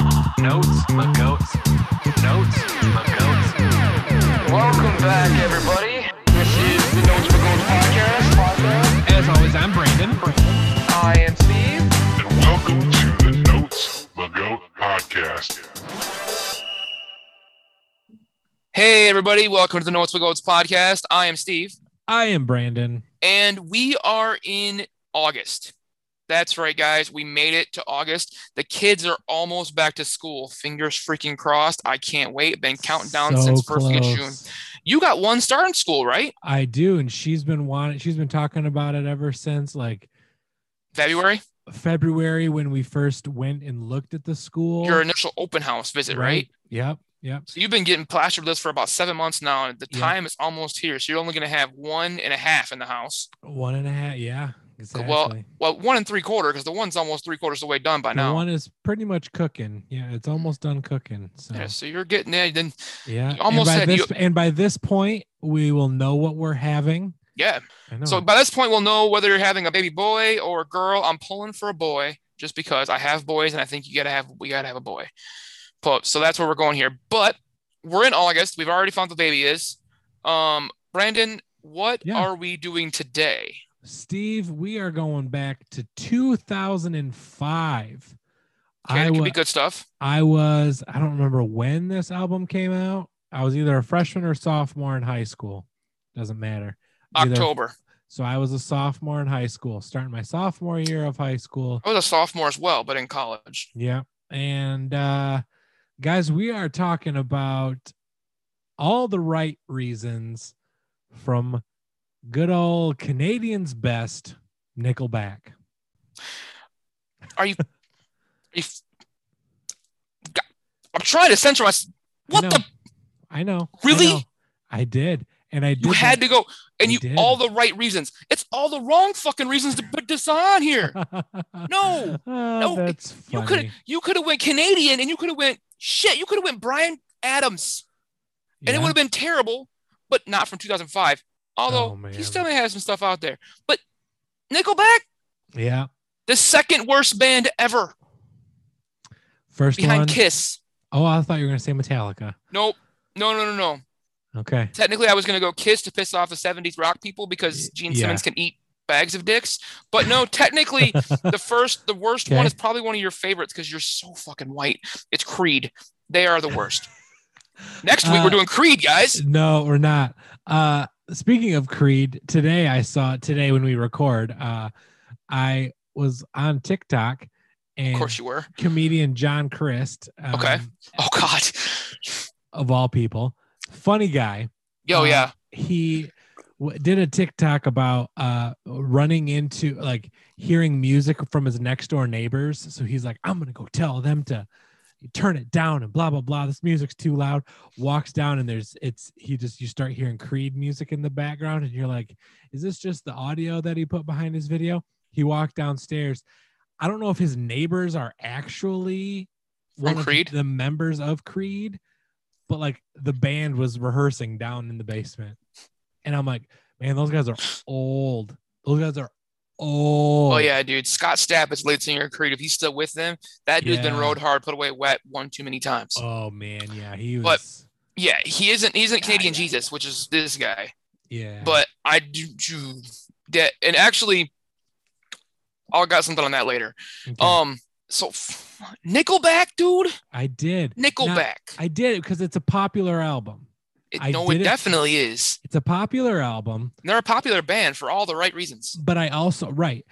goats, the goats, notes, the goats. Welcome back, everybody. This is the Notes for Goats podcast. As always, I'm Brandon. I am Steve. And welcome to the Notes the Goat podcast. Hey, everybody. Welcome to the Notes for Goats podcast. I am Steve. I am Brandon. And we are in August. That's right, guys. We made it to August. The kids are almost back to school. Fingers freaking crossed. I can't wait. Been counting down So since first week of close. June. You got one star in school, right? I do, and she's been wanting. She's been talking about it ever since like February, February when we first went and looked at the school. your initial open house visit, right? Yep. Yep. So you've been getting plastered with this for about seven months now, and the Yeah. time is almost here. So you're only going to have one and a half in the house. One and a half. Yeah. Exactly. well, Well, one and three quarter, because the one's almost three quarters of the way done by the now. one is pretty much cooking. Yeah, it's almost done cooking. So Yeah, so you're getting there. Then, yeah. almost and by said this, you- and by this point, we will know what we're having. yeah. I know. So by this point, we'll know whether you're having a baby boy or a girl. I'm pulling for a boy just because I have boys, and I think you gotta have we gotta have a boy. Pull- So that's where we're going here. But we're in August. We've already found the baby is. Um, Brandon, what Yeah. are we doing today? Steve, we are going back to 2005. Okay, I it could wa- be good stuff. I was I don't remember when this album came out. I was either a freshman or sophomore in high school. Doesn't matter. Either- October. So I was a sophomore in high school, starting my sophomore year of high school. I was a sophomore as well, but in college. Yeah. And uh guys, we are talking about all the right reasons from good old Canadian's best Nickelback. If God, I'm trying to censor myself. What I the know. I know. I Really? know. I did. And I did. you had to go and I you did. all the right reasons. It's all the wrong fucking reasons to put this on here. No. No, Oh, that's You funny. could have you could have went Canadian and you could have went shit. You could have went Brian Adams and Yeah. it would have been terrible, but not from 2005. Although Oh, he man. still may have some stuff out there. But Nickelback, Yeah. the second worst band ever First behind one. Kiss. Oh, I thought you were gonna say Metallica. Nope. No, no, no, no. Okay. Technically, I was gonna go Kiss to piss off the 70s rock people because Gene Yeah. Simmons can eat bags of dicks. But no, technically, the first, the worst one Okay. is probably one of your favorites because you're so fucking white. It's Creed. They are the worst. Next week Uh, we're doing Creed, guys. No, we're not. Uh speaking of Creed, today I saw today when we record, uh I was on TikTok and Of course you were. comedian John Christ, um, Okay. Oh God. of all people, funny guy. Yo, Uh, yeah. he w- did a TikTok about uh running into like hearing music from his next door neighbors. So he's like, I'm gonna go tell them to turn it down and blah blah blah. This music's too loud. Walks down and there's it's he just you start hearing Creed music in the background and you're like, is this just the audio that he put behind his video? He walked downstairs. I don't know if his neighbors are actually one of Creed? the members of Creed, but like the band was rehearsing down in the basement. And I'm like, man, those guys are old. Those guys are old. Oh yeah, dude. Scott Stapp is lead singer of Creed. If he's still with them, that dude's been Yeah. rode hard, put away wet one too many times. Oh man, yeah. He was But- yeah, he isn't. He isn't Canadian yeah, Jesus, which is this guy. yeah. But I do, do that, and actually, I got something on that later. Okay. Um, so f- Nickelback, dude, I did. Nickelback. I did it because it's a popular album. It- I no, it didn't- definitely is. It's a popular album, And they're a popular band for all the right reasons. but I also right,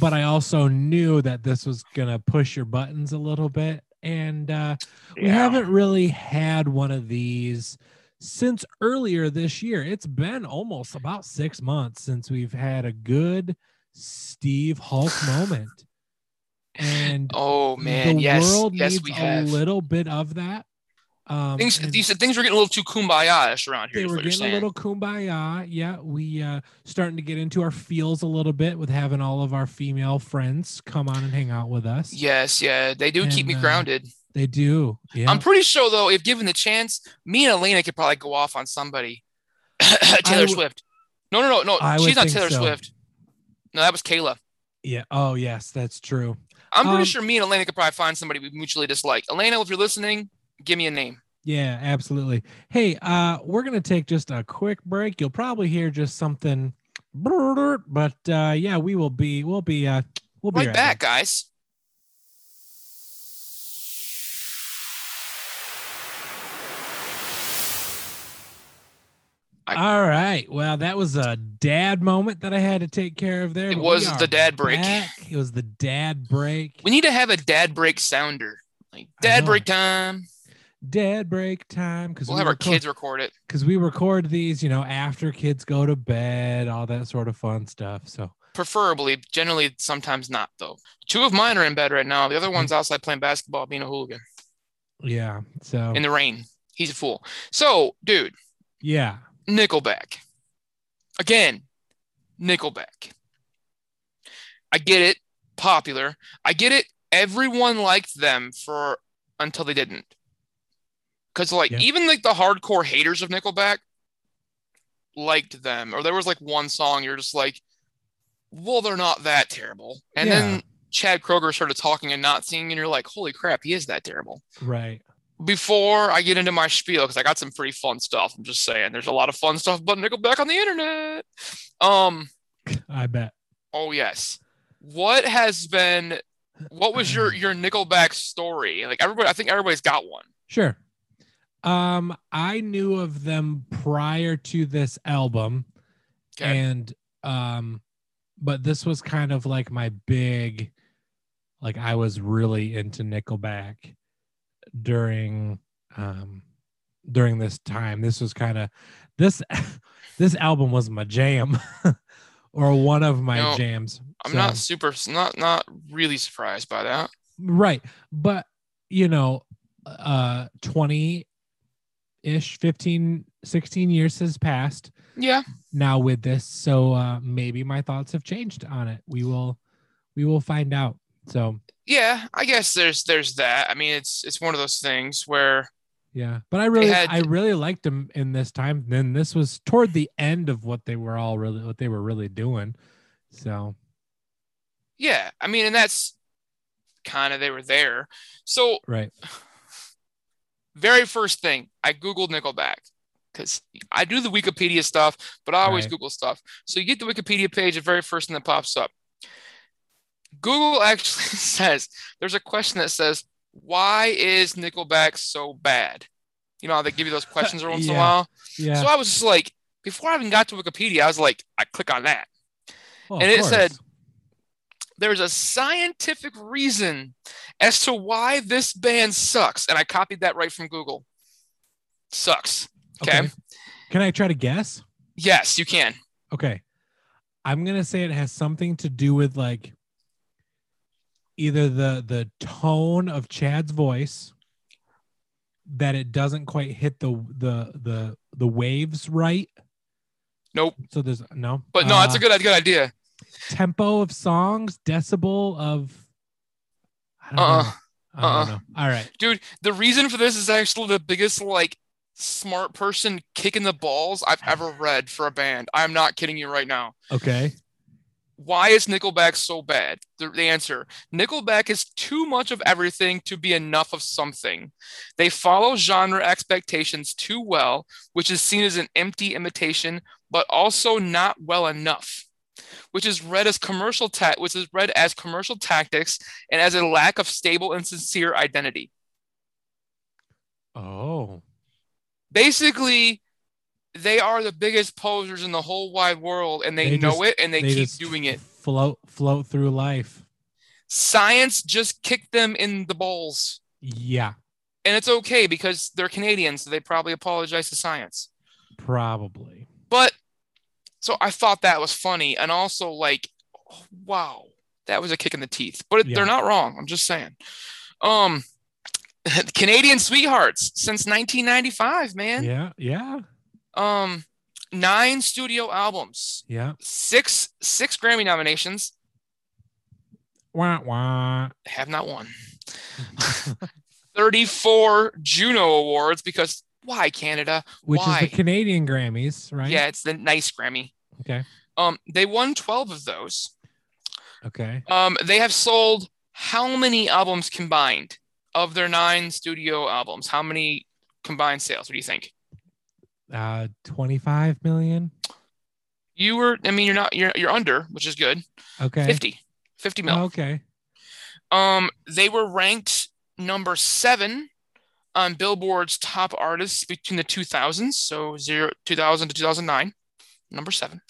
but I also knew that this was gonna push your buttons a little bit, and uh, we haven't really had one of these since earlier this year. It's been almost about six months since we've had a good Steve Hulk moment, and Oh man, the yes, world yes, needs we a have. little bit of that. Um, Things, and- you said things were getting a little too kumbaya-ish around here. they is were what you're getting a saying. little kumbaya yeah we uh starting to get into our feels a little bit with having all of our female friends come on and hang out with us Yes, yeah, they do keep And, me uh, grounded. they do yeah I'm pretty sure though, if given the chance, me and Elena could probably go off on somebody. Taylor would- Swift. No, no, no, no. I would She's not think Taylor so. Swift. No, that was Kayla. Yeah. Oh, yes, that's true. I'm pretty Um, sure me and Elena could probably find somebody we mutually dislike. Elena, if you're listening, give me a name. Yeah, absolutely. Hey, uh, we're gonna take just a quick break. You'll probably hear just something, but uh, yeah, we will be, we'll be, uh, we'll be right, right back, guys. All right. Well, that was a dad moment that I had to take care of there. It but was we are the dad break. back. It was the dad break. We need to have a dad break sounder. Like I dad know. break time. dad break time because We'll have our kids record it. because we record these, you know, after kids go to bed, all that sort of fun stuff. So Preferably, generally, sometimes not though. Two of mine are in bed right now. The Mm-hmm. other one's outside playing basketball, being a hooligan yeah, so in the rain. He's a fool. So, dude, yeah, Nickelback. Again, Nickelback. I get it, popular. I get it. Everyone liked them for until they didn't. Cause like Yeah. even like the hardcore haters of Nickelback liked them. Or there was like one song you're just like, well, they're not that terrible. And Yeah. then Chad Kroger started talking and not singing, and you're like, holy crap, he is that terrible right. before I get into my spiel, because I got some pretty fun stuff. I'm just saying, there's a lot of fun stuff about Nickelback on the internet. Um, I bet. oh yes. What has been what was your your Nickelback story? Like everybody, I think everybody's got one. Sure. Um, I knew of them prior to this album, Okay. and um, but this was kind of like my big, like I was really into Nickelback during um during this time. This was kind of this this album was my jam, or one of my No, jams. I'm so- not super not not really surprised by that. Right. But, you know, uh 20 ish, 15, 16 years has passed Yeah. now with this. So uh maybe my thoughts have changed on it. We will we will find out. So Yeah, I guess there's there's that. I mean, it's it's one of those things where yeah. But I really had- I really liked them in this time. Then this was toward the end of what they were all really what they were really doing. So yeah, I mean, and that's kind of they were there. So right. very first thing I googled Nickelback because I do the Wikipedia stuff, but I always Right. Google stuff. So you get the Wikipedia page, the very first thing that pops up. Google actually says there's a question that says, "Why is Nickelback so bad?" You know, how they give you those questions every once in a Yeah. while. Yeah. So I was just like, before I even got to Wikipedia, I was like, I click on that. Well, of and it said- course. There's a scientific reason as to why this band sucks, and I copied that right from Google. Sucks. okay. Can I try to guess? Yes, you can. Okay. I'm going to say it has something to do with like either the the tone of Chad's voice that it doesn't quite hit the the the the waves right. Nope. So there's no. But no, that's a Uh, good, that's a good idea. tempo of songs, decibel of I don't Uh-uh. know. I don't Uh-uh. know. All right. Dude, the reason for this is actually the biggest, like, smart person kicking the balls I've ever read for a band. I'm not kidding you right now. Okay. Why is Nickelback so bad? The, the answer Nickelback is too much of everything to be enough of something. They follow genre expectations too well, which is seen as an empty imitation, but also not well enough. Which is read as commercial ta- which is read as commercial tactics and as a lack of stable and sincere identity. Oh. Basically, they are the biggest posers in the whole wide world, and they, They know just- it, and they, keep just doing it. Float float through life. Science just kicked them in the balls. Yeah, and it's okay because they're Canadians, so they probably apologize to science. probably. But so I thought that was funny, and also like, wow, that was a kick in the teeth. But it- Yeah. they're not wrong. I'm just saying. Um, Canadian sweethearts since 1995, man. Yeah, yeah, Um, nine studio albums, yeah. six six Grammy nominations, Wah, wah. have not won. 34 Juno awards because why Canada? Which is Why? the Canadian Grammys, right? Yeah, it's the nice Grammy. Okay. Um, they won 12 of those. Okay. Um, they have sold how many albums combined of their nine studio albums? How many combined sales? What do you think? Uh, 25 million. You were, I mean, you're not, you're, you're under, which is good. Okay. Uh-huh. 50, 50 mil. Oh, okay. Um, they were ranked number seven on Billboard's top artists between the 2000s, so zero, 2000 to 2009, number seven,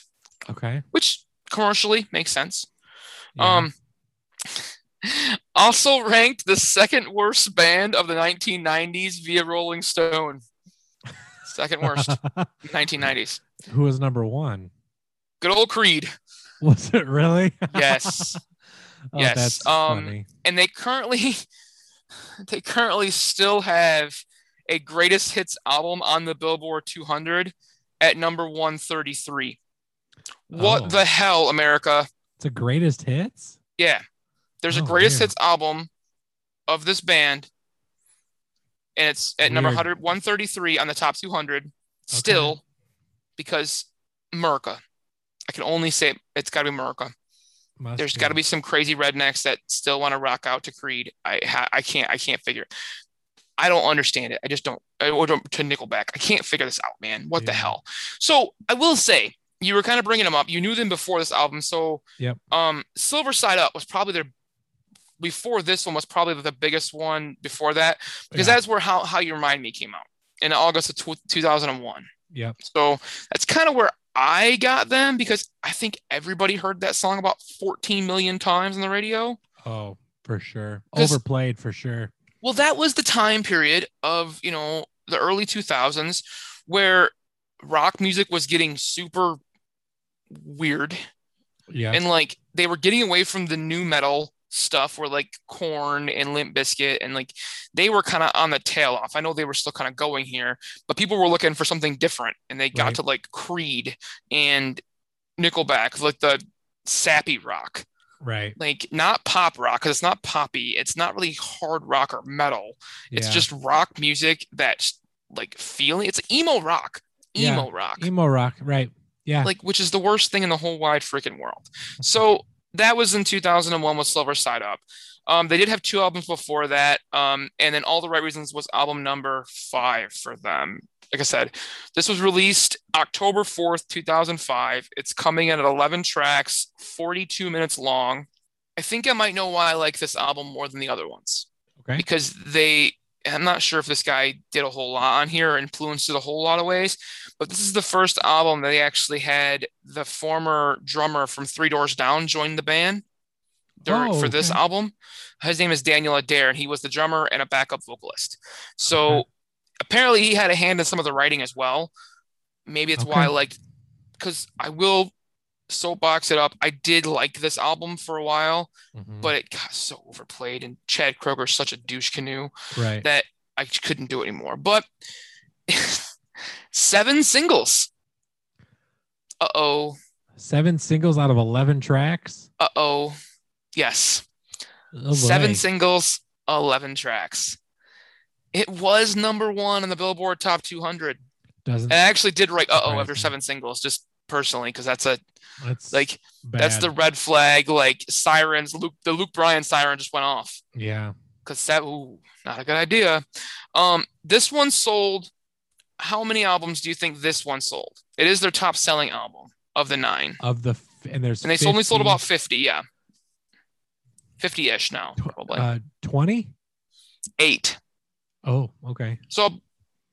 Okay. which commercially makes sense. Yeah. Um, also ranked the second worst band of the 1990s via Rolling Stone. Second worst, 1990s. Who was number one? Good old Creed. Was it really? Yes. Oh, Yes, That's um, funny. and they currently they currently still have a greatest hits album on the Billboard 200 at number 133. What Oh. the hell, America? It's the greatest hits. Yeah. There's a Oh, greatest damn. hits album of this band and it's at number Weird. 100, 133 on the top 200 still because America. I can only say it, has got to be America. Must There's got to be some crazy rednecks that still want to rock out to Creed. I ha- I can't I can't figure. It. I don't understand it. I just don't. I, or don't to Nickelback. I can't figure this out, man. What the Yeah. hell? So I will say you were kind of bringing them up. You knew them before this album. So Yep. Um, Silver Side Up was probably their before this one was probably the biggest one before that because Yeah. that's where how how you remind me came out in August of tw- 2001. Yep. So that's kind of where I got them because I think everybody heard that song about 14 million times on the radio. Oh, for sure. 'Cause- Overplayed for sure. Well, that was the time period of, you know, the early 2000s where rock music was getting super weird Yeah. and like they were getting away from the new metal stuff where like corn and limp biscuit and like they were kind of on the tail off i know they were still kind of going here but people were looking for something different and they got Right. to like creed and nickelback like the sappy rock right. like not pop rock because it's not poppy it's not really hard rock or metal it's Yeah. just rock music that's like feeling it's emo rock Yeah. emo rock emo rock. Right. Yeah. like which is the worst thing in the whole wide freaking world. So that was in 2001 with Silver Side Up. Um, they did have two albums before that, um, and then All the Right Reasons was album number five for them. Like I said, this was released October 4th, 2005. It's coming in at 11 tracks, 42 minutes long. I think I might know why I like this album more than the other ones okay. because they I'm not sure if this guy did a whole lot on here or influenced it a whole lot of ways, but this is the first album that they actually had the former drummer from Three Doors Down join the band during, Oh, for this okay. album. His name is Daniel Adair, and he was the drummer and a backup vocalist. So Okay. apparently he had a hand in some of the writing as well. Maybe it's why I Okay. liked because I will soapbox it up. I did like this album for a while, Mhm. but it got so overplayed, and Chad Kroger's such a douche canoe right. that I just couldn't do it anymore. But seven singles. Uh oh. Seven singles out of 11 tracks. Uh oh. Yes. Oh, seven boy. singles, 11 tracks. It was number one on the Billboard Top 200. doesn't And I actually did write uh oh after Surprising. seven singles, just personally, because that's a, that's like, bad. that's the red flag, like sirens. Luke, the Luke Bryan siren just went off. yeah because that ooh, not a good idea. Um, this one sold. How many albums do you think this one sold? It is their top selling album of the nine, of the f- and there's and they only 50, sold about fifty. Yeah, fifty-ish now, probably uh 20. eight. Oh, okay. So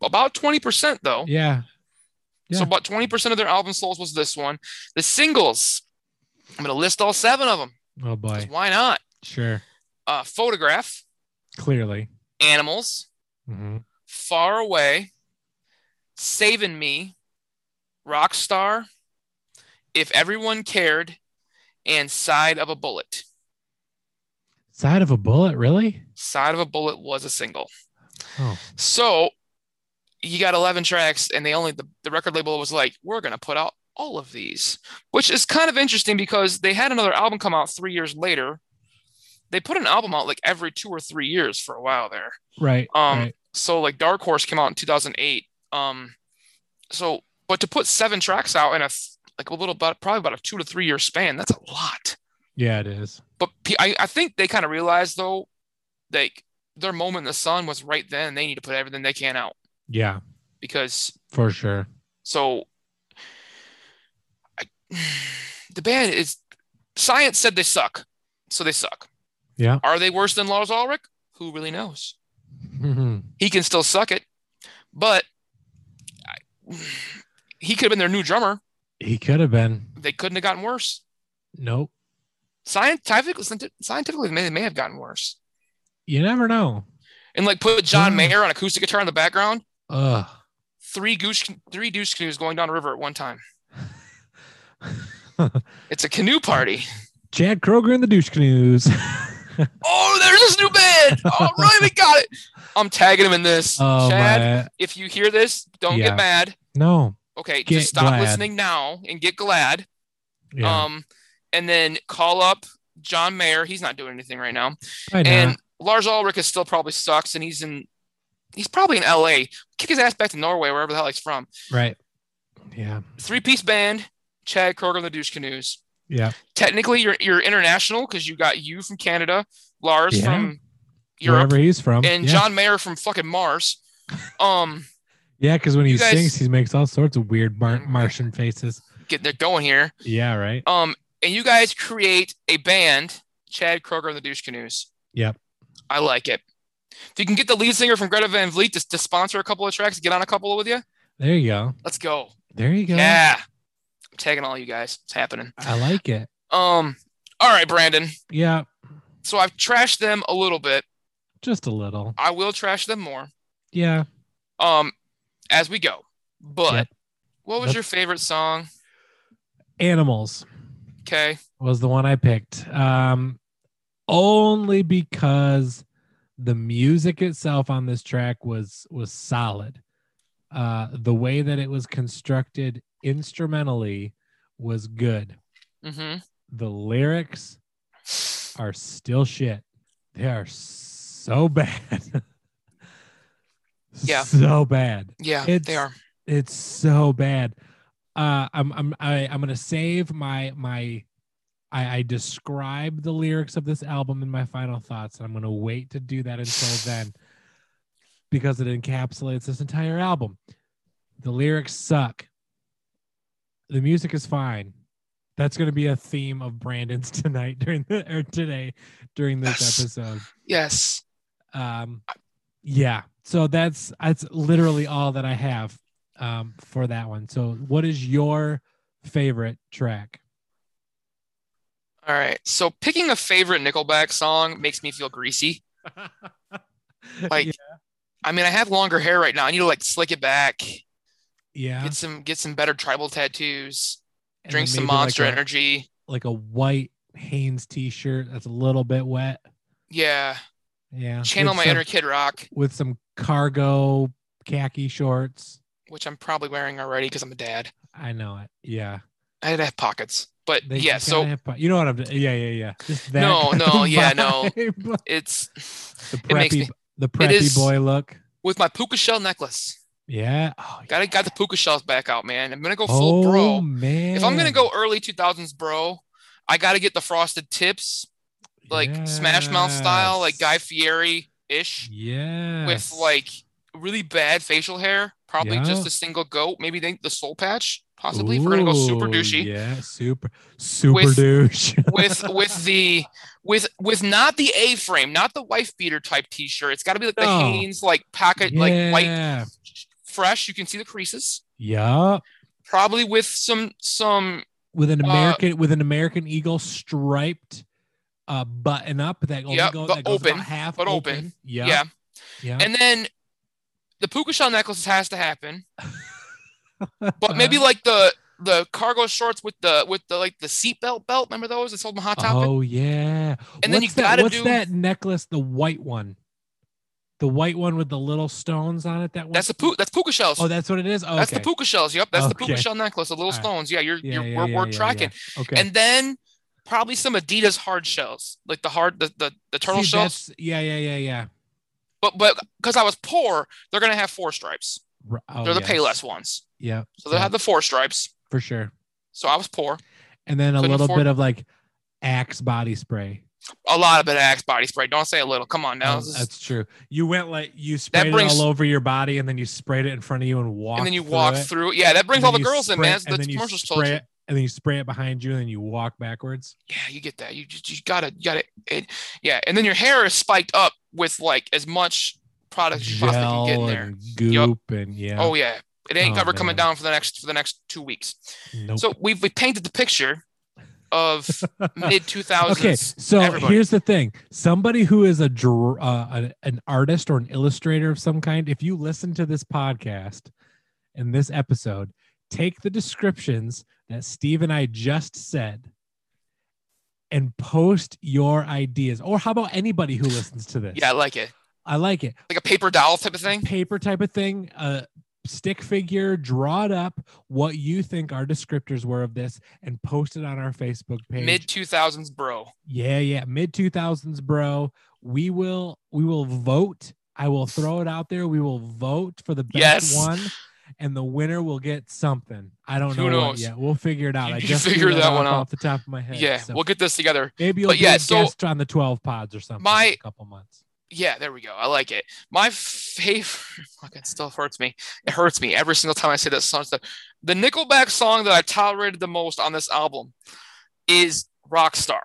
about twenty percent though. Yeah. So yeah. about twenty percent of their album sales was this one. The singles. I'm gonna list all seven of them. Oh boy. Why not? Sure. Uh, Photograph, Clearly. Animals, hmm Far Away, Saving Me, Rockstar, If Everyone Cared, and Side of a Bullet. Side of a bullet, really? Side of a Bullet was a single. Oh, So you got 11 tracks, and they only, the, the record label was like, we're going to put out all of these, which is kind of interesting because they had another album come out three years later. They put an album out like every two or three years for a while there. right. Um, right. so like Dark Horse came out in 2008. Um, so but to put seven tracks out in a th- like a little about probably about a two to three year span, that's a lot. Yeah, it is. But pe- I, I think they kind of realized though, like their moment in the sun was right then. And they need to put everything they can out Yeah, because for sure. so I, the band is science said they suck, so they suck. Yeah. Are they worse than Lars Ulrich? Who really knows? He can still suck it, but I, he could have been their new drummer. he could have been. They couldn't have gotten worse. Nope. Scientifically, scientifically, they may, they may have gotten worse. You never know. And like put John Mm. Mayer on acoustic guitar in the background. Ugh. three goose three douche canoes going down a river at one time. it's a canoe party. Chad Kroger and the douche canoes. Oh, there's this new band. All right, we got it. I'm tagging him in this. oh Chad, my. if you hear this, don't Yeah. get mad. No. Okay, Get just stop glad. listening now and get glad. Yeah. Um, and then call up John Mayer. He's not doing anything right now. I know. And Lars Ulrich is still probably sucks, and he's in. He's probably in L.A. Kick his ass back to Norway, wherever the hell he's from. right. Yeah. Three-piece band, Chad Kroger and the Douche Canoes. Yeah. technically you're you're international because you got you from Canada, Lars Yeah. from Europe, Wherever he's from. and yeah. John Mayer from fucking Mars. Um, Yeah, because when he you guys- sings, he makes all sorts of weird Mar- Mm. Martian faces. get they're going here. Yeah. Right. Um, and you guys create a band, Chad Kroger and the Douche Canoes. Yep. I like it. If you can get the lead singer from Greta Van Vliet to, to sponsor a couple of tracks, get on a couple with you. There you go. Let's go. There you go. Yeah. I'm tagging all you guys. It's happening. I like it. Um, all right, Brandon. Yeah. So I've trashed them a little bit. Just a little. I will trash them more. Yeah. um as we go. But Yep. what was That's- your favorite song? Animals. Okay. was the one I picked. Um, only because the music itself on this track was was solid. Uh, the way that it was constructed instrumentally was good. Mm-hmm. The lyrics are still shit. They are so bad. Yeah. So bad Yeah, It's- they are. it's so bad. Uh, I'm I'm I, I'm gonna save my my. I, I describe the lyrics of this album in my final thoughts, and I'm gonna wait to do that until then, because it encapsulates this entire album. The lyrics suck. The music is fine. That's gonna be a theme of Brandon's tonight during the or today during this Yes. episode Yes. um yeah so that's that's literally all that i have um for that one so what is your favorite track All right. So picking a favorite Nickelback song makes me feel greasy. Like- I mean, I have longer hair right now. I need to like slick it back. yeah, yeah. Get some get some better tribal tattoos. And Drink then some maybe monster like a, energy. like a white hanes t-shirt that's a little bit wet Yeah. yeah Channel with my some, inner kid rock, with some cargo khaki shorts which I'm probably wearing already because I'm a dad. i know it yeah I had to have pockets. But They- yeah, you so gotta have pro- you know what i'm doing yeah yeah yeah Just that No, kind of no, yeah, no. vibe. it's the It preppy makes me- the preppy is- boy look with my puka shell necklace. yeah oh, Got to got the puka shells back out, man. I'm gonna go oh full bro. man If I'm gonna go early 2000s bro, I gotta get the frosted tips, like Smash Mouth style, like Guy Fieri ish, yeah with like really bad facial hair. Probably Yeah. just a single goat. Maybe they, the soul patch, possibly. if we're gonna go super douchey yeah super super With- douche with with the with with not the A frame, not the wife beater type T-shirt. It's got to be like the No. Hanes like pocket like white Oh. Yeah. fresh. You can see the creases. yeah Probably with some some with Uh, an american with an american eagle striped uh button up that only Yep, go, but that goes open, about half but open. open. yeah yeah. yeah And then the puka shell necklace has to happen. but maybe like the the cargo shorts with the with the like the seatbelt belt. Remember those? It's sold them hot topic. oh yeah And then you What's that- gotta what's do- that necklace the white one the white one with the little stones on it that that's the one pu- that's puka shells. oh that's what it is oh, That's okay. the puka shells. Yep, that's the puka Okay. shell necklace. The little All right. stones. Yeah, you're yeah, you're yeah, we're, yeah, we're yeah, yeah. tracking. okay And then probably some Adidas hard shells, like the hard the the, the turtle See, shells. that's- Yeah, yeah, yeah, yeah. But but because I was poor, they're gonna have four stripes. R- Oh, they're the yes. Payless ones, Yeah, so they'll Yeah. have the four stripes. for sure. So I was poor. And then a Couldn't little afford- bit of like Axe body spray. A lot of it Axe body spray. Don't say a little. Come on Oh, now. This is- that's true. You went like you sprayed brings- it all over your body, and then you sprayed it in front of you and walked. and then you through walk it, through. it. Yeah, that brings and all the then you girls in, spray- man. That's and what then the you commercials told spray you. it- and then you spray it behind you, and then you walk backwards. Yeah, you get that. You just you gotta you gotta it. Yeah, and then your hair is spiked up with like as much product as you possibly can Gel get in there. and goop, and yeah, Oh yeah, it ain't Oh, ever coming man. down for the next for the next two weeks. nope. So we've we painted the picture of mid two thousands. okay so everybody. here's the thing somebody who is a dr- uh, an- an artist or an illustrator of some kind if you listen to this podcast and this episode take the descriptions that steve and i just said and post your ideas or how about anybody who listens to this Yeah, I like it. i like it Like a paper doll type of thing. paper type of thing a stick figure draw it up what you think our descriptors were of this and post it on our facebook page Mid two thousands, bro. yeah, yeah, mid two thousands, bro. We will we will vote. I will throw it out there. We will vote for the best Yes. one, and the winner will get something. I don't Who know knows? what yet. We'll figure it out. You- I you just figure threw that one off out. off the top of my head. Yeah, so we'll get this together. maybe you'll but be yeah, a so- guest on the twelve pods or something. My- in a couple months. Yeah, there we go. I like it. My favorite fucking stuff hurts me. It hurts me every single time I say that song stuff. The Nickelback song that I tolerated the most on this album is Rockstar.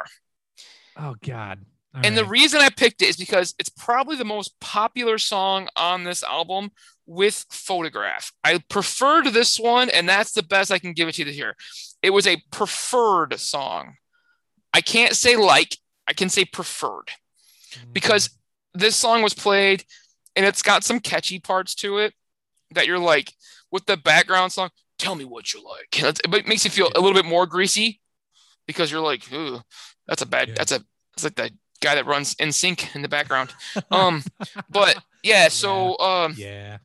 Oh God. All and the right. reason I picked it is because it's probably the most popular song on this album with Photograph. I preferred this one, and that's the best I can give it to you here. It was a preferred song. I can't say like, I can say preferred because this song was played and it's got some catchy parts to it that you're like with the background song tell me what you like It's- but it makes you feel a little bit more greasy because you're like ooh that's a bad Yeah. that's a it's like the guy that runs in sync in the background um but yeah so um yeah,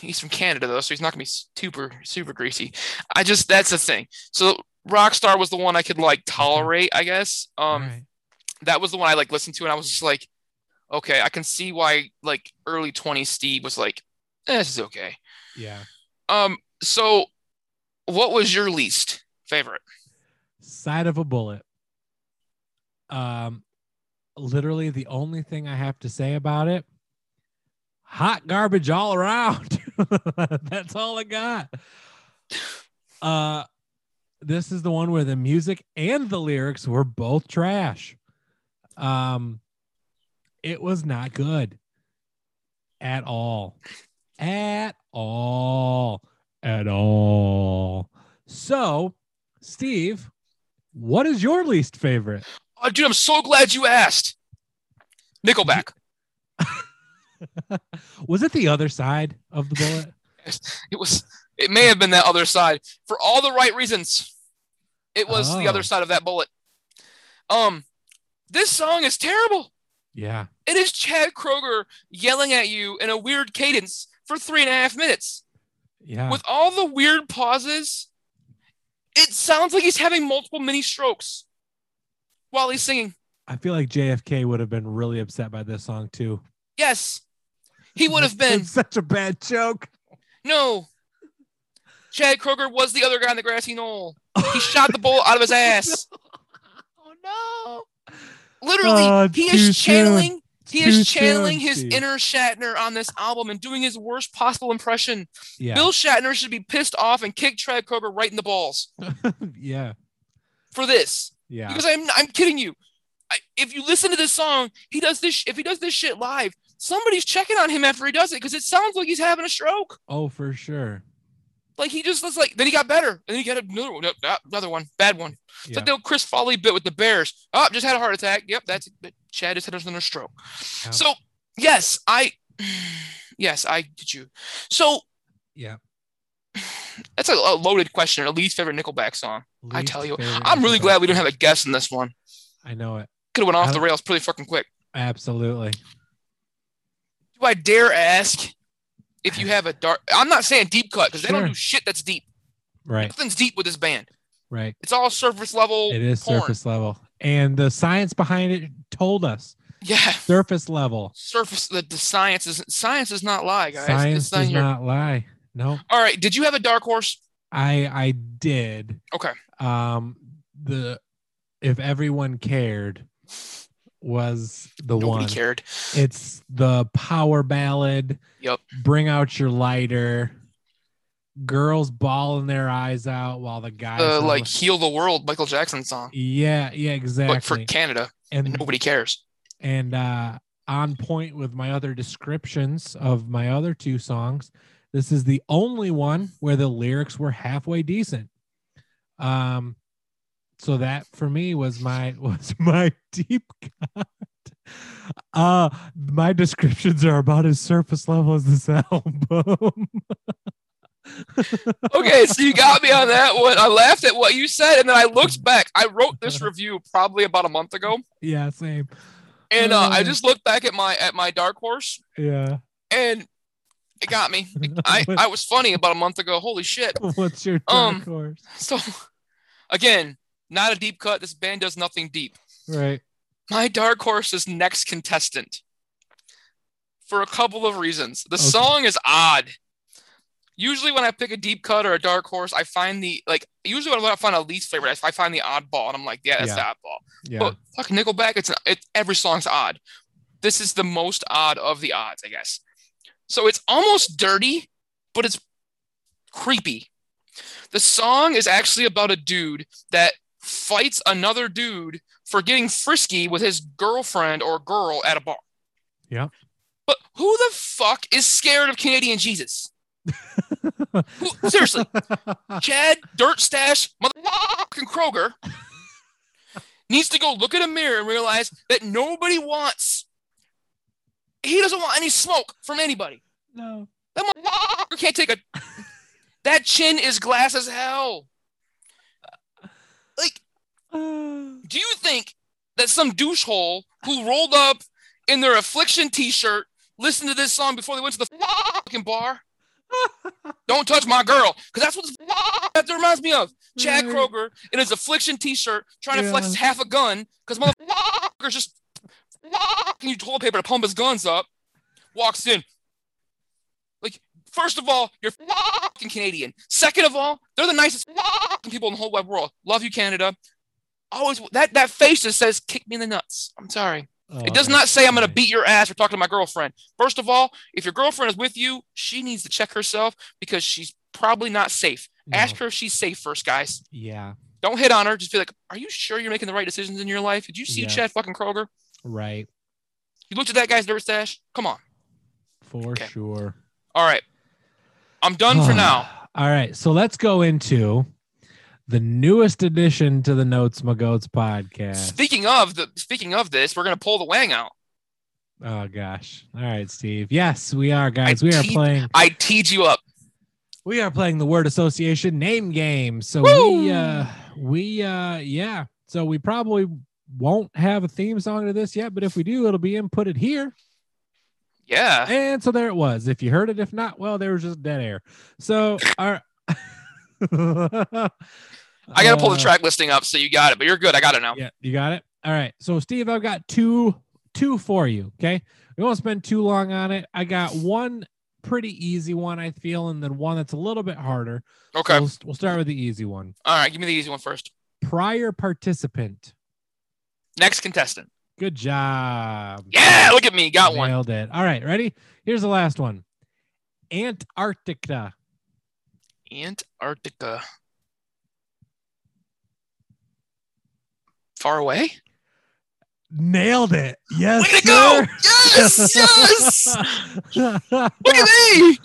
he's from Canada though, so he's not gonna be super super greasy. I just that's the thing. So Rockstar was the one I could Mm-hmm. like tolerate, I guess. Um, All right. that was the one I like listened to, and I was just like, okay, I can see why like early 20s Steve was like, eh, this is okay. yeah. Um, so what was your least favorite? side of a bullet. Um, literally the only thing I have to say about it, hot garbage all around. That's all I got. Uh, this is the one where the music and the lyrics were both trash. Um, it was not good at all, at all, at all. So, Steve, what is your least favorite? Oh, dude, I'm so glad you asked. Nickelback. Was it the other side of the bullet? It was. It may have been that other side for all the right reasons. It was the Oh. other side of that bullet. Um, this song is terrible. yeah. It is Chad Kroger yelling at you in a weird cadence for three and a half minutes. Yeah. with all the weird pauses, it sounds like he's having multiple mini strokes while he's singing. I feel like JFK would have been really upset by this song too. Yes, he would have been. It's such a bad joke. No, Chad Kroger was the other guy on the grassy knoll. He shot the bull out of his ass. Oh no. Literally, Oh, he too soon. is channeling. He Too is channeling soon, his Steve. inner Shatner on this album and doing his worst possible impression. Yeah. Bill Shatner should be pissed off and kick Chad Kroger right in the balls yeah. for this. Yeah. Because I'm I'm kidding you. I, if you listen to this song, he does this. sh- If he does this shit live, somebody's checking on him after he does it because it sounds like he's having a stroke. Oh, for sure. Like he just was like. Then he got better, and then he got another one, uh, another one, bad one. It's Yeah. like the old Chris Foley bit with the Bears. Oh, just had a heart attack. Yep, that's but Chad just had another stroke. Yeah. So yes, I, yes, I did you. So Yeah. that's a, a loaded question. A least favorite Nickelback song. I Least tell you, favorite I'm really Nickelback glad we didn't song. have a guess in this one. I know it. Could have went I off the don't- rails pretty fucking quick. Absolutely. do I dare ask if you have a dark? I'm not saying deep cut because they don't Sure. do shit that's deep. Right. Nothing's deep with this band. Right. It's all surface level. It is Oh, porn. surface level. And the science behind it told us Yeah, surface level. surface. The, the science is science is not lie, guys. Science it's not does your. not lie. No. All right. Did you have a dark horse? I I did. Okay. Um the if everyone cared was the Nobody one. cared. It's the power ballad. Yep. Bring out your lighter. Girls bawling their eyes out while the guys The are- Uh, like "Heal the World" Michael Jackson song, yeah, yeah, but for exactly. Canada, and nobody cares. and uh, on point with my other descriptions of my other two songs. This is the only one where the lyrics were halfway decent. Um, so that for me was my was my deep cut. Uh, my descriptions are about as surface level as this album. Okay, so you got me on that one. I laughed at what you said, and then I looked back. I wrote this review probably about a month ago, yeah, same. and uh, I Uh. just looked back at my at my dark horse, Yeah. and it got me. I I was funny about a month ago. Holy shit! What's your dark Um, horse? So, again, not a deep cut. This band does nothing deep. Right. My dark horse is next contestant for a couple of reasons. The Okay. song is odd. Usually, when I pick a deep cut or a dark horse, I find the like. Usually, when I find a least favorite, I- I find the oddball, and I'm like, yeah, that's the oddball. Yeah. But fuck Nickelback, it's it, every song's odd. This is the most odd of the odds, I guess. So it's almost dirty, but it's creepy. The song is actually about a dude that fights another dude for getting frisky with his girlfriend or girl at a bar. Yeah. But who the fuck is scared of Canadian Jesus? Who- seriously, Chad Dirt Stash motherfucking Kroger needs to go look in a mirror and realize that nobody wants. He doesn't want any smoke from anybody. no. That motherfucker can't take a. That chin is glass as hell. Like, Uh, do you think that some douchehole who rolled up in their affliction T-shirt listened to this song before they went to the fucking bar? Don't touch my girl, because that's what this that reminds me of. Chad Right. Kroger in his affliction T-shirt trying to Mm-hmm. flex Yeah. his half a gun because motherfuckers just can you toilet paper to pump his guns up. Walks in. Like, first of all, you're fucking Canadian. Second of all, they're the nicest fucking people in the whole wide world. Love you, Canada. Always that that face that says "kick me in the nuts." I'm sorry. Oh, It does not say I'm going to beat your ass or talk to my girlfriend. First of all, if your girlfriend is with you, she needs to check herself because she's probably not safe. Ask her if she's safe first, guys. Yeah. Don't hit on her. Just be like, are you sure you're making the right decisions in your life? Did you see Yeah. Chad fucking Kroger? Right. You looked at that guy's dirt stash? Come on. For Okay. sure. All right. I'm done for now. All right. So let's go into the newest addition to the Notes My Goats podcast. Speaking of the speaking of this, we're gonna pull the wang out. Oh, gosh. All right, Steve. Yes, we are, guys. we are teed- playing. I teed you up. We are playing the word association name game. So we, Woo! uh, we, uh, yeah. So we probably won't have a theme song to this yet, but if we do, it'll be inputted here. Yeah. And so there it was. If you heard it, if not, well, there was just dead air. So, our. I gotta pull the Uh, track listing up so you got it, but you're good. I got it now. Yeah, you got it. All right. So Steve, I've got two two for you. Okay. We won't spend too long on it. I got one pretty easy one, I feel, and then one that's a little bit harder. So Okay. we'll, we'll start with the easy one. All right, give me the easy one first. Prior participant. Next contestant. Good job. Yeah, look at me. Got one. Nailed it. All right, ready? Here's the last one. Antarctica. Antarctica. Far away? Nailed it. Yes. Way to go! Yes! Yes! Look at me!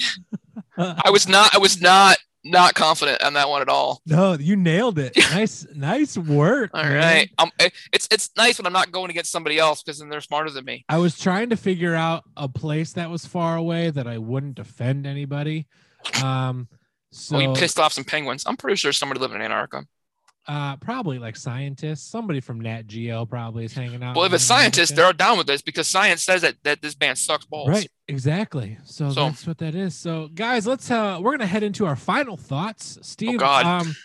I was not I was not not confident on that one at all. no, you nailed it. Nice, nice work. All man. right. Um, it- it's it's nice when I'm not going against somebody else because then they're smarter than me. I was trying to figure out a place that was far away that I wouldn't offend anybody. Um, so oh, you pissed off some penguins. I'm pretty sure somebody living in Antarctica. uh, probably like scientists, somebody from Nat Geo probably is hanging out. Well, if in it's scientists, Antarctica. they're down with this because science says that, that this band sucks balls. right, exactly. So, So- that's what that is. So, guys, let's uh, we're gonna head into our final thoughts. Steve, Oh, God. um,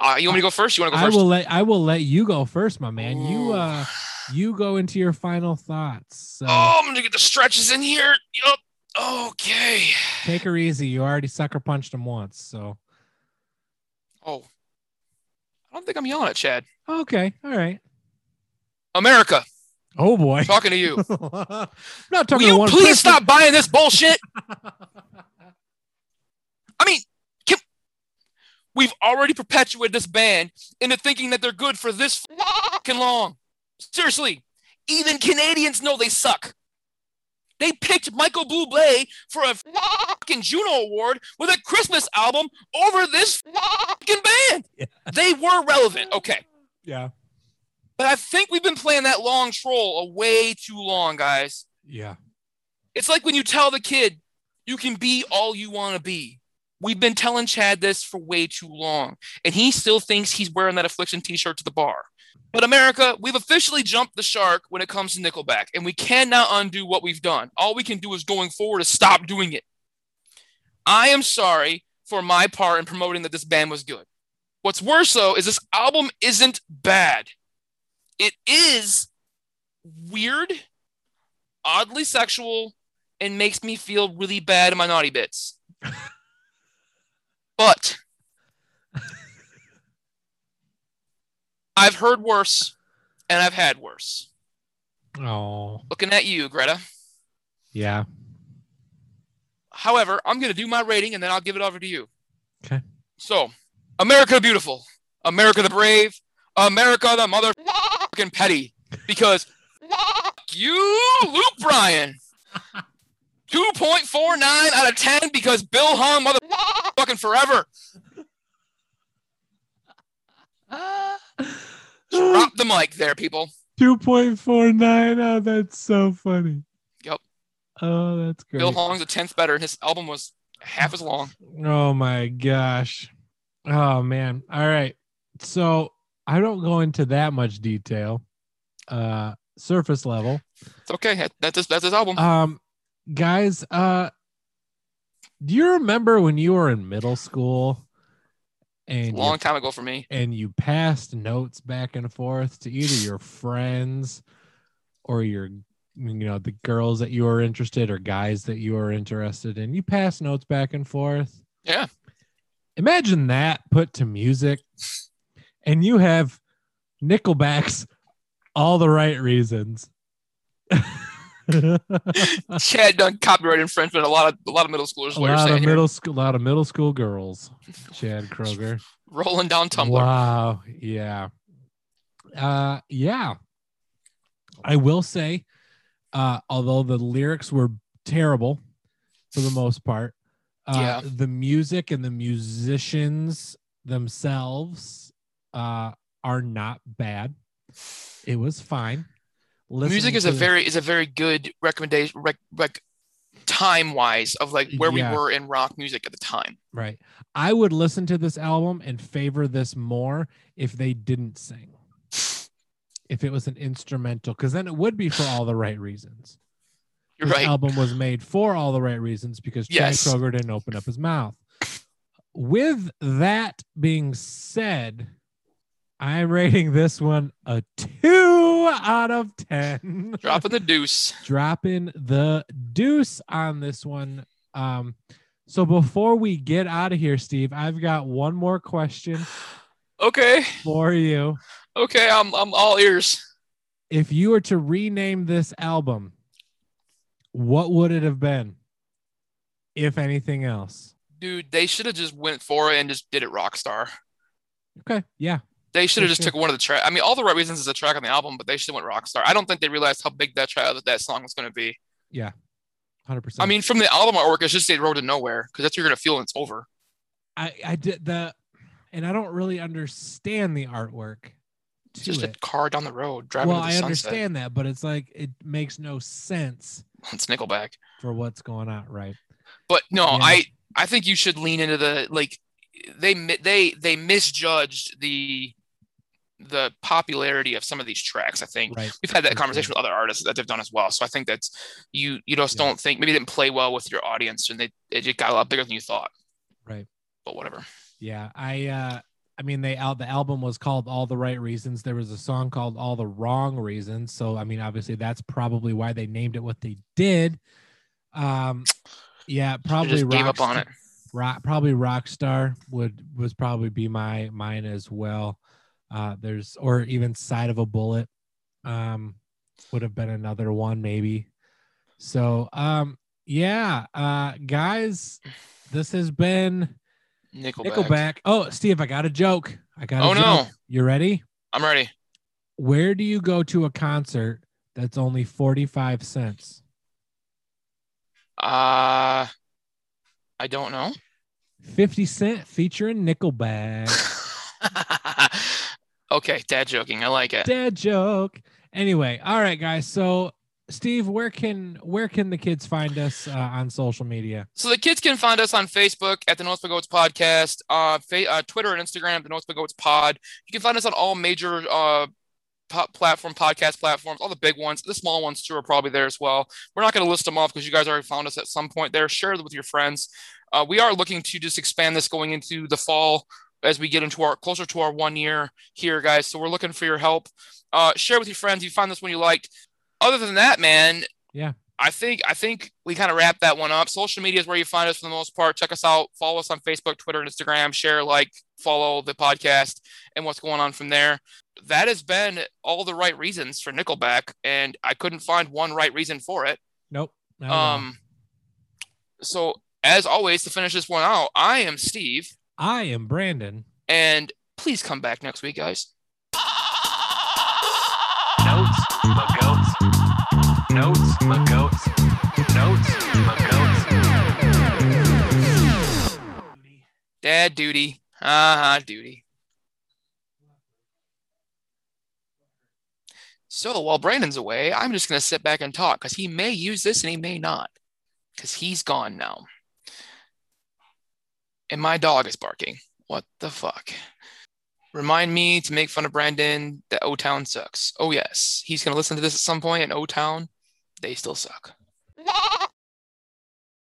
Uh, you want me to go first? You want to go I first? will let I will let you go first, my man. You Ooh. uh, you go into your final thoughts. So Oh, I'm gonna get the stretches in here. Yup. Okay. take her easy. You already sucker punched him once, so. Oh, I don't think I'm yelling at Chad. Okay. All right. America, Oh boy. talking to you. I'm not Will talking to you one please person. stop buying this bullshit? I mean, can, we've already perpetuated this band into thinking that they're good for this fucking long. Seriously, even Canadians know they suck. They picked Michael Bublé for a fucking Juno Award with a Christmas album over this fucking band. Yeah. They were relevant. Okay. Yeah. But I think we've been playing that long troll a way too long, guys. Yeah. It's like when you tell the kid you can be all you want to be. We've been telling Chad this for way too long, and he still thinks he's wearing that affliction t shirt to the bar. But America, we've officially jumped the shark when it comes to Nickelback, and we cannot undo what we've done. All we can do is going forward is stop doing it. I am sorry for my part in promoting that this band was good. What's worse, though, is this album isn't bad. It is weird, oddly sexual, and makes me feel really bad in my naughty bits. but I've heard worse and I've had worse. Oh. Looking at you, Greta. Yeah. However, I'm going to do my rating and then I'll give it over to you. Okay. So, America the Beautiful, America the Brave, America the motherfucking petty, because fuck you, Luke Bryan. 2.49 out of 10 because Bill Hung motherfucking forever. Uh, Ah, Drop the mic there, people. 2.49. Oh, that's so funny. Yep. Oh, that's great. Bill Hung's a 10th better and his album was half as long. Oh my gosh. Oh man. All right. So I don't go into that much detail. Uh surface level. It's okay. That- That's his, that's his album. Um guys, uh do you remember when you were in middle school and you Long time ago for me. and you passed notes back and forth to either your friends or your you know the girls that you were interested or guys that you were interested in you pass notes back and forth Yeah. imagine that put to music and you have nickelback's all the right reasons Chad done copyright infringement. A lot of a lot of middle schoolers. Is a what you're lot of saying middle school a lot of middle school girls chad kroger here. Rolling down Tumblr. Wow. Yeah. Uh yeah. I will say, uh, although the lyrics were terrible for the most part, uh, the music and the musicians themselves uh, are not bad. It was fine. Music Listening is a to the- very is a very good recommendation. Rec, rec, time wise of like where Yeah. we were in rock music at the time. right. I would listen to this album and favor this more if they didn't sing. If it was an instrumental, because then it would be for all the right reasons. You're this right. album was made for all the right reasons because Yes. Chad Kroger didn't open up his mouth. With that being said, I'm rating this one a two out of ten. Dropping the deuce. Dropping the deuce on this one. Um, so before we get out of here, Steve, I've got one more question Okay. for you. Okay. I'm I'm all ears. If you were to rename this album, what would it have been? If anything else. Dude, they should have just went for it and just did it rock star. Okay. Yeah. They should For have just sure. took one of the track. I mean, all the right reasons is a track on the album, but they should have went rock star. I don't think they realized how big that track that song was going to be. Hundred percent. I mean, from the album artwork, it's just they road to nowhere because that's what you're going to feel when it's over. I I did the, and I don't really understand the artwork to It's just it. a car down the road driving Well, to I the sunset. understand that, but it's like it makes no sense It's Nickelback. for what's going on, right? But no, Yeah. I I think you should lean into the like they mi- they they misjudged the the popularity of some of these tracks. I think Right. we've had For that sure. conversation with other artists that they've done as well. So I think that's you you just Yeah. don't think maybe it didn't play well with your audience and they it just got a lot bigger than you thought. Right. But whatever. Yeah. I uh I mean they out the album was called All the Right Reasons. There was a song called All the Wrong Reasons. So I mean obviously that's probably why they named it what they did. Um yeah, I probably just gave up Rockstar- on it. rock probably rockstar would was probably be my mine as well uh there's or even side of a bullet um would have been another one maybe so um yeah uh guys this has been Nickelback. nickelback oh steve i got a joke i got a Oh, no. joke. you ready I'm ready. where do you go to a concert that's only 45 cents Uh, I don't know. 50 cent featuring nickelback okay, dad joking. I like it. dead joke anyway all right guys so steve where can where can the kids find us uh, on social media So the kids can find us on Facebook at the Northwood Goats Podcast, uh, fa- uh, Twitter and Instagram, the Northwood Goats Pod. You can find us on all major uh, po- platform podcast platforms, all the big ones. The small ones too are probably there as well. We're not going to list them off because you guys already found us at some point there. Share it with your friends. Uh, we are looking to just expand this going into the fall as we get into our closer to our one year here, guys. So we're looking for your help. Uh, share with your friends. You find this one you liked. Other than that, man, I think I think we kind of wrap that one up. Social media is where you find us for the most part. Check us out. Follow us on Facebook, Twitter, and Instagram. Share, like, follow the podcast and what's going on from there. That has been all the right reasons for Nickelback, and I couldn't find one right reason for it. nope not at all. Um, so as always, to finish this one out, I am Steve, i am brandon and please come back next week, guys. Notes, my goats. Notes, my goats. Notes, my goats. Dad duty. Uh huh, duty. So while Brandon's away, I'm just going to sit back and talk because he may use this and he may not because he's gone now. And my dog is barking. What the fuck? Remind me to make fun of Brandon that O Town sucks. Oh, yes. He's going to listen to this at some point, and O Town, they still suck.